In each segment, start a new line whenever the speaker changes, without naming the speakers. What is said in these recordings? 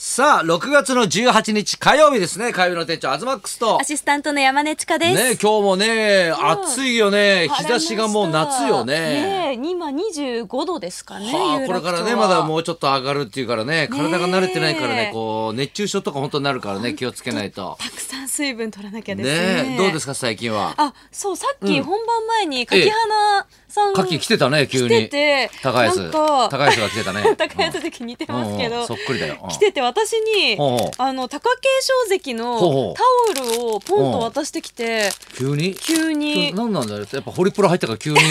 さあ、6月の18日火曜日ですね。火曜日の店長、アズマックスと
ア。シスタントの山根千佳です。
ね、今日もね、
ん
暑いよね。日
晴れ
差
ま
したがもう夏よね。
ねえ、今25度ですかね。
はあ、これからね、まだも
う
うちょっと上がるっていうからね、体が慣れてないからね
ね、
こう、熱中症とか本当になるからね、気をつけないと。
たくさん水分取らなきゃですね。
ねどうです
か。
か、最近は。
あ、そうさっき
うん
本番前に柿花さん
カキ来てたね、急に
来て。て
高安。
なんか。
高安が来てたね
高安関似てますけ
うんうん
ど
そっ。くりだよ。うん
来てて私に
ほうほう
あの貴景勝関の
ほうほう
タオルをポンと渡してきて
急に
急に違う
何なんだよ。やっぱホリプロ入ったから急に。
違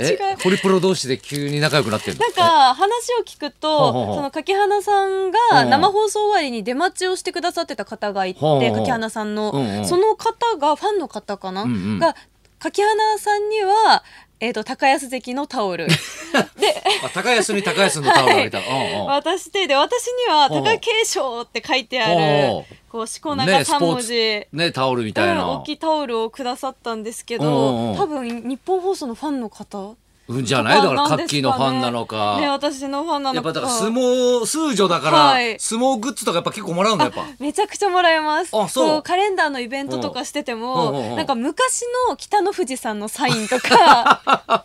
え
う
ホリプロ同士で急に仲良くなってるの
なんか話を聞く
ほうほうほ
と
う
その柿花さん
う
が
ん
生放送終わりに出待ちをしてくださってた方がいて
ほうほう
柿花さん
うんうん
のその方がファンの方かな
うんうん
が柿花さんにはえーと高安関のタ オルで
あ高安に高安のタオル あげた。うんうん
渡してで私には
ほうほう
貴景勝って書いてあ
ほう
る
ほ
こうしこ名が
ねス
3
ポー
文
ツ
字、
ねタオルみ
うん
たい
大
な
き。いタオルをくださったんですけ
うんうんう
ど
ん
多分日本放送のファンの方
うんじゃないだから
と
カ
ん
ッ
です
キーのファンなの
ねね
か。
私のファンな
や
の
っぱ
か
だから相撲数女だから
はい
相撲グッズとかやっぱ結構もらうんだやっぱ。
めちゃくちゃもらえます。
あそう
こカレンダーのイベントとかしてても、
うんうんうんうん
なんか昔の北の富士山のサインと か、 なん
あ
か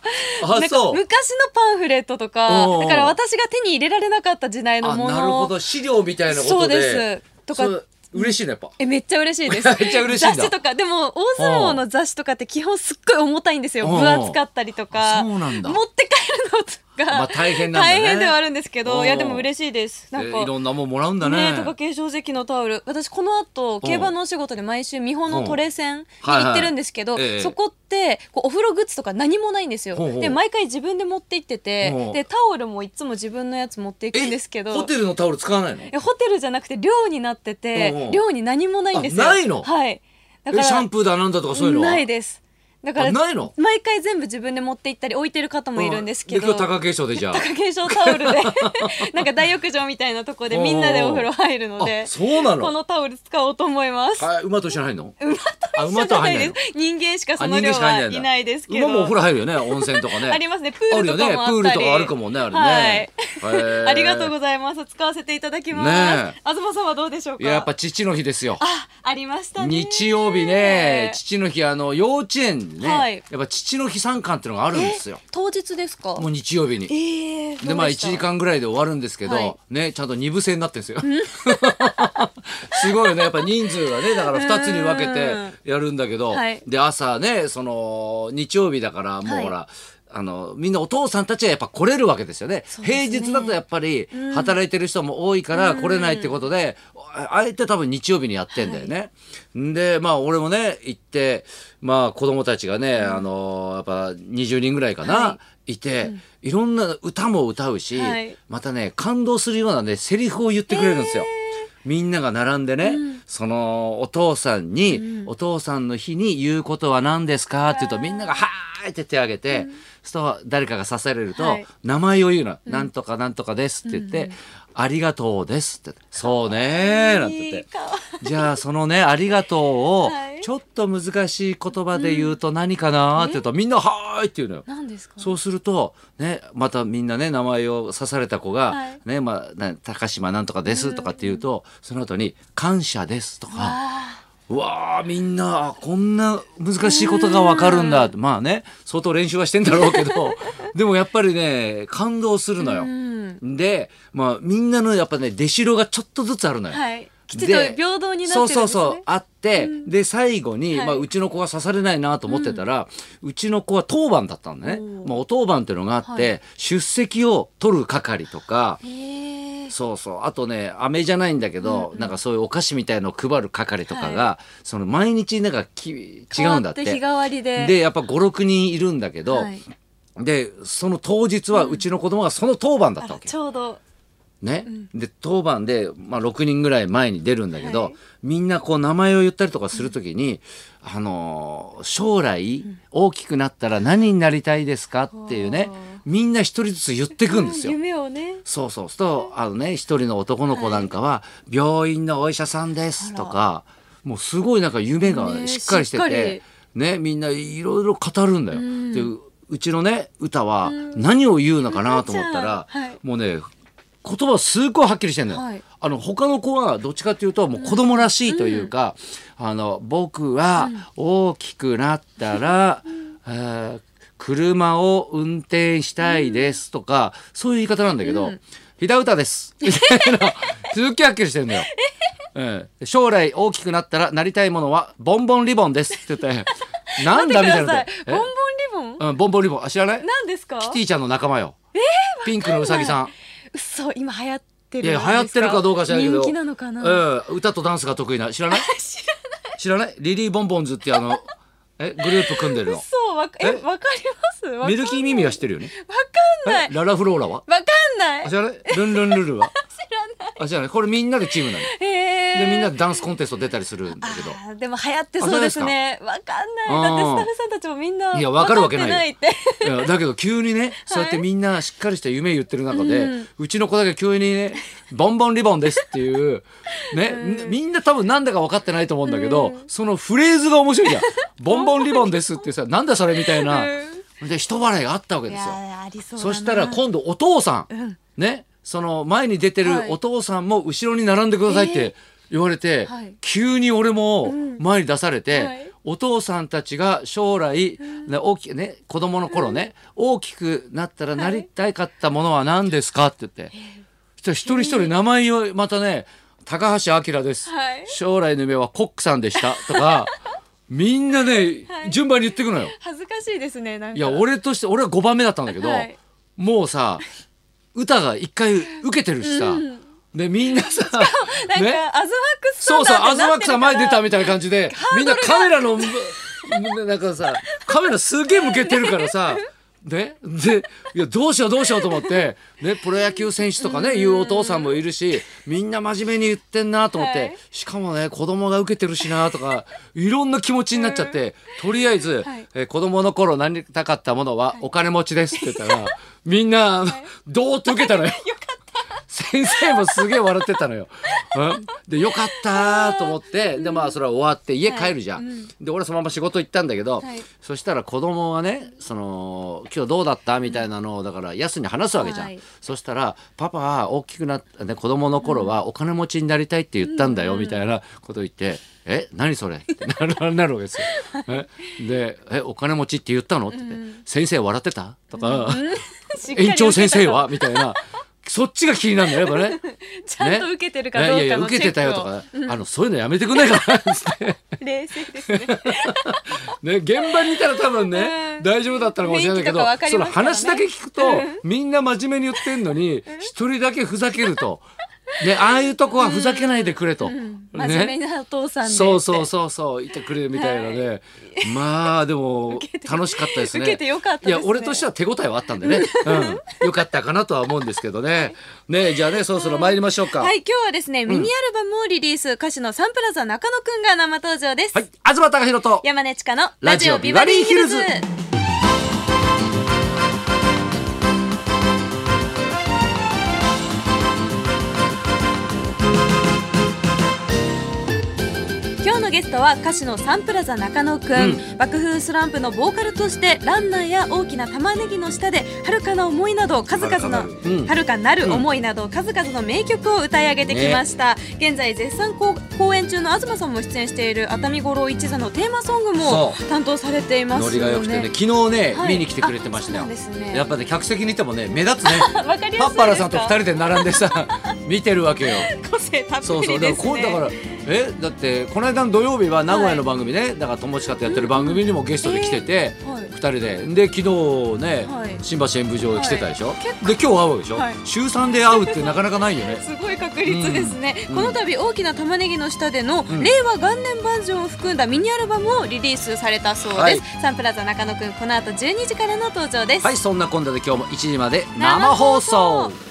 昔
そ
の
う。
パンフレットとか、
うんうん
だから私が手に入れられなかった時代の
あ
もの。
なるほど資料みたいなことで。
そうですとか
そう嬉しいねやっぱ。
えめっちゃ嬉しいです
めっちゃ嬉しいんだ
雑誌とかでも大相撲の雑誌とかって基本すっごい重たいんですよ
うんうん
分厚かったりとか
そうなんだ
持って帰るのとか、
まあ大変なんだね
大変ではあるんですけ
う
ど
ん
いやでも嬉しいですなんか
えいろんなもんもらうんだ
ね
ね。
貴景勝関のタオル私この後競馬のお仕事で毎週美穂のトレセンに行ってるんですけど、
はいはいええ
そこってこうお風呂グッズとか何もないんですよ
ほうほう
で毎回自分で持って行ってて
ほう
でタオルもいつも自分のやつ持っていくんですけど
ホテルのタオル使わないの？
いやホテルじゃなくて寮になってて
ほうほう
寮に何もないんですよ
あないの
はいだ
えシャンプーだなんだとかそういうのは。
ないですだか
あ
ら
ないの？
毎回全部自分で持って行ったり置いてる方もいるんですけど、
うで今日貴景勝でじゃあ。
貴景勝タオルで なんか大浴場みたいなとこでみんなでお風呂入るの
あ
で
そうな
こ
の。
のタオル使おうと思います。
あ馬と一緒に入るの？
馬と
あ
一緒
馬
じ
と
ゃ
は
な
入ん
い
ない
で
の
す。人間しかそ
あ
の
人
量
間しか
は
入んだ
いないですけど。
馬もお風呂入るよね温泉とかね
ありますねプールとかもあった
あ
り
るよねプールとかあるかもねあれね
はい
へー
ありがとうございます使わせていただきます、
ねえ
東さんはどうでしょうか
いややっぱ父の日ですよ
あありましたね
日曜日ね父の日あの幼稚園でね、
はい
やっぱ父の日参観っていうのがあるんですよ
当日ですか
もう日曜日に
ええ
でまあ1時間ぐらいで終わるんですけど、
はい
ねちゃんと2部制になってるんですよ すごいよねやっぱ人数がねだから2つに分けてやるんだけど、
うんはい
で朝ねその日曜日だからもうほら、あのみんなお父さんたちはやっぱ来れるわけですよね
うですね
平日だとやっぱり働いてる人も多いから来れないってことで、ああえて多分日曜日にやってんだよね。んでまあ俺もね行ってまあ子供たちがね、あのやっぱ20人ぐらいかな、
はい
て、いろんな歌も歌うし、
はい
またね感動するようなねセリフを言ってくれるんですよ。みんなが並んでね、そのお父さんに、お父さんの日に言うことは何ですか?」って言うとみんなが「はーい!」って手を挙げて、そうすると誰かが支えられると、
はい
名前を言うの「なんとかなんとかです」って言って「ありがとうです」って「そうねー」なんて言って。
かわ
じゃあそのね「ありがとう」を
はい
ちょっと難しい言葉で言うと何かなーって言うと、みんな「はーい!」って言うのよ。
何ですか
そうすると、ね、またみんなね、名前を刺された子が、
はい
ね、まあ、な高島なんとかですとかって言うと、その後に、感謝ですとか、
あ
うわあみんな、あこんな難しいことがわかるんだ。まあね、相当練習はしてんだろうけど、でもやっぱりね、感動するの
ーう
よ。
ん
で、まあ、みんなのやっぱね、出しろがちょっとずつあるのよ。
はいきちんと
で
平等になってる
そ
んですね
うそうそうあって、で最後に、
はい
まあ、うちの子は刺されないなと思ってたら、うちの子は当番だったんだね
お
お,、
ー
まあ、お当番っていうのがあって、
は
出席を取る係とか
ええ
そうそうあとね飴じゃないんだけど、なんかそういうお菓子みたいのを配る係とかが、その毎日なんかき違うんだって。
変わ日替わりで
でやっぱ56人いるんだけど、
はい
でその当日はうちの子供がその当番だったわけ。
ちょうど
ね、で当番で、まあ、6人ぐらい前に出るんだけど、
はい
みんなこう名前を言ったりとかするときに、あのー将来大きくなったら何になりたいですかっていうね
ほう
みんな一人ずつ言ってくんですよ。
夢をね
そうそうするとあのね一人の男の子なんかは「病院のお医者さんです」とかもうすごいなんか夢が
ね
しっかりして、
しってかり
ねみんないろいろ語るんだよ。でうちのね歌は何を言うのかなと思ったら、
うんはい
もうね言葉はすごいはっきりしてるのよ。
はい
あの他の子はどっちかというともう子供らしいというか「あの僕は大きくなったら、えー車を運転したいです」とか、そういう言い方なんだけど「ひだうた です」みたいなすっげえはっきりしてるのよ。うん、将来大きくなったらなりたいものはボンボンリボンですって 言ってなん
見て
だ
く
みたい
だ
なの
さい
で
ボンボンリボン
えうん、ボンボンリボンあ知らない
何ですか
キティちゃんの仲間よ、ピンクのうさぎさん
嘘今流行って
い
る
や流
んです
行ってるかどうか知らないけど
人気なのかな、
うん、歌とダンスが得意な知らない
知
知らないリリー・ボンボンズっていうあのえグループ組んでるの
嘘わかえ
え
わかりますわか
ミルキー・ミミは知ってるよね
わかんない
えララ・フローラは
わかんない
あ知らないルンルンルル はあ知らないこれみんなでチームなの
へ
で
ー
みんなでダンスコンテスト出たりするんだけど
あーでも流行ってそうですねわかんないだってスタッフさんたちもみんない
やわかるわけないよ
分かってないって
いやだけど急にねそうやってみんなしっかりした夢言ってる中で、
う
うんちの子だけ急にね「ボンボンリボンです」っていうね、みんな多分なんだか分かってないと思うんだけど、そのフレーズが面白いじゃん「ボンボンリボンです」ってさなんだそれみたいな、で人笑いがあったわけ
い
ですよ。
やありそうだな
そしたら今度お父さん、
ん
ねその前に出て
はい
るお父さんも後ろに並んでくださいっ
え
て言われて、
はい
急に俺も
ん
前に出されて、
はい
お父さんたちが将来、ね大きね子供の頃ね、大きくなったらなりたいかったものは何ですかって言って、そしたら一人一人名前をまたね高橋明です、
はい
将来の夢はコックさんでしたと かみんなね、
はい
順番に言ってくのよ。
恥ずかしいですねなんか
いや俺として俺は5番目だったんだけど、
はい
もうさ歌が一回受けてるしさ、
うん
でみんなさ
なんか、
ね
アズワックス
そうそう
さんだ
ア
って
ズ
な
マ
っ
ックさん前
てるか
に出
ら
たみたいな感じでみんなカメラのなんかさカメラすげえ向けてるからさ。ね、でいやどうしようどうしようと思って、ね、プロ野球選手とかねいうお父さんもいるしみんな真面目に言ってんなと思って、
はい
しかもね子供が受けてるしなとかいろんな気持ちになっちゃって、とりあえず、
はい
えー子供の頃なりたかったものはお金持ちですって言ったら、みんな、どーっと受けたのよ。先生もすげえ笑ってたのよ。うんでよかったーと思ってでまあそれは終わって家帰るじゃん。
はいう
で俺はそのまま仕事行ったんだけど、
はい
そしたら子供がねその「今日どうだった?」みたいなのをだからやすに話すわけじゃん。
はい
そしたら「パパは大きくなって、ね、子供の頃はお金持ちになりたいって言ったんだよ」みたいなこと言って「え何それ?」ってなるなるわけですよ。えで「えお金持ちって言ったの?」って言って「先生笑ってた?」とか。
しっかり
園長先生はみたいな。そっちが気になるんだよ、やっぱね。
ちゃんと受けてるかどうかの
ねいやいや、受けてたよとか、あの、そういうのやめてくんないかなっつ って。
冷静で すね
ね、現場にいたら多分ね
う、ん
大丈夫だったのかもしれないけど
雰囲気とかわか、り
そ
ま
の
すからね
話だけ聞くと、みんな真面目に言ってんのに、一人だけふざけると。ね、ああいうとこはふざけないでくれと。
真
ね
面目なお父さんでって
そうそうそうそういてくれるみたいなね、まあでも楽しかったですね
受けてよかったですね
いや俺としては手応えはあったんでね、うん、よかったかなとは思うんですけどねねじゃあねそろそろ参りましょうか、
はい今日はですね、ミニアルバムをリリース歌手のサンプラザ中野くんが生登場です、
はい、東貴博と
山根千佳のラ
ラ
ジ
ジ
オ
オ
ビ
ビ
バ
バ
リ
リ
ー
ー
ヒ
ヒ
ル
ル
ズ
ズ
今日のゲストは歌手のサンプラザ中野くん、爆風スランプのボーカルとしてランナーや大きな玉ねぎの下で遥かな思いなど数々の
遥かなるうん
遥かなる思いなど数々の名曲を歌い上げてきました、現在絶賛公公演中の東さんも出演している熱海五郎一座のテーマソングも
そう
担当されていますよ
ノ
ね
リが良くてね昨日ね、
はい
見に来てくれてました
あ
よ、
そうなんですね
やっぱね客席にいてもね目 立つね
わかりやすいですか
パッパラさんと二人で並んでさ見てるわ けよ
個性たっ
そう
ぷ
そう
り
で
で
も
す
こう
ね
だからえだってこの間の土曜日は名古屋の番組ね、だから友近とやってる番組にもゲストで来てて、
えーはい
2人でで昨日ね、
はい
新橋演舞場で来てたでしょ、
はい結構
で今日会うわけでしょ、
はい
週3で会うってなかなかないよね
すごい確率ですね、
うん
この度大きな玉ねぎの下での
ん
令和元年バージョンを含んだミニアルバムをリリースされたそうです、
はい
サンプラザ中野くんこの後12時からの登場です、
はいそんなこんなで今日も1時まで
生
生
放
放
送
送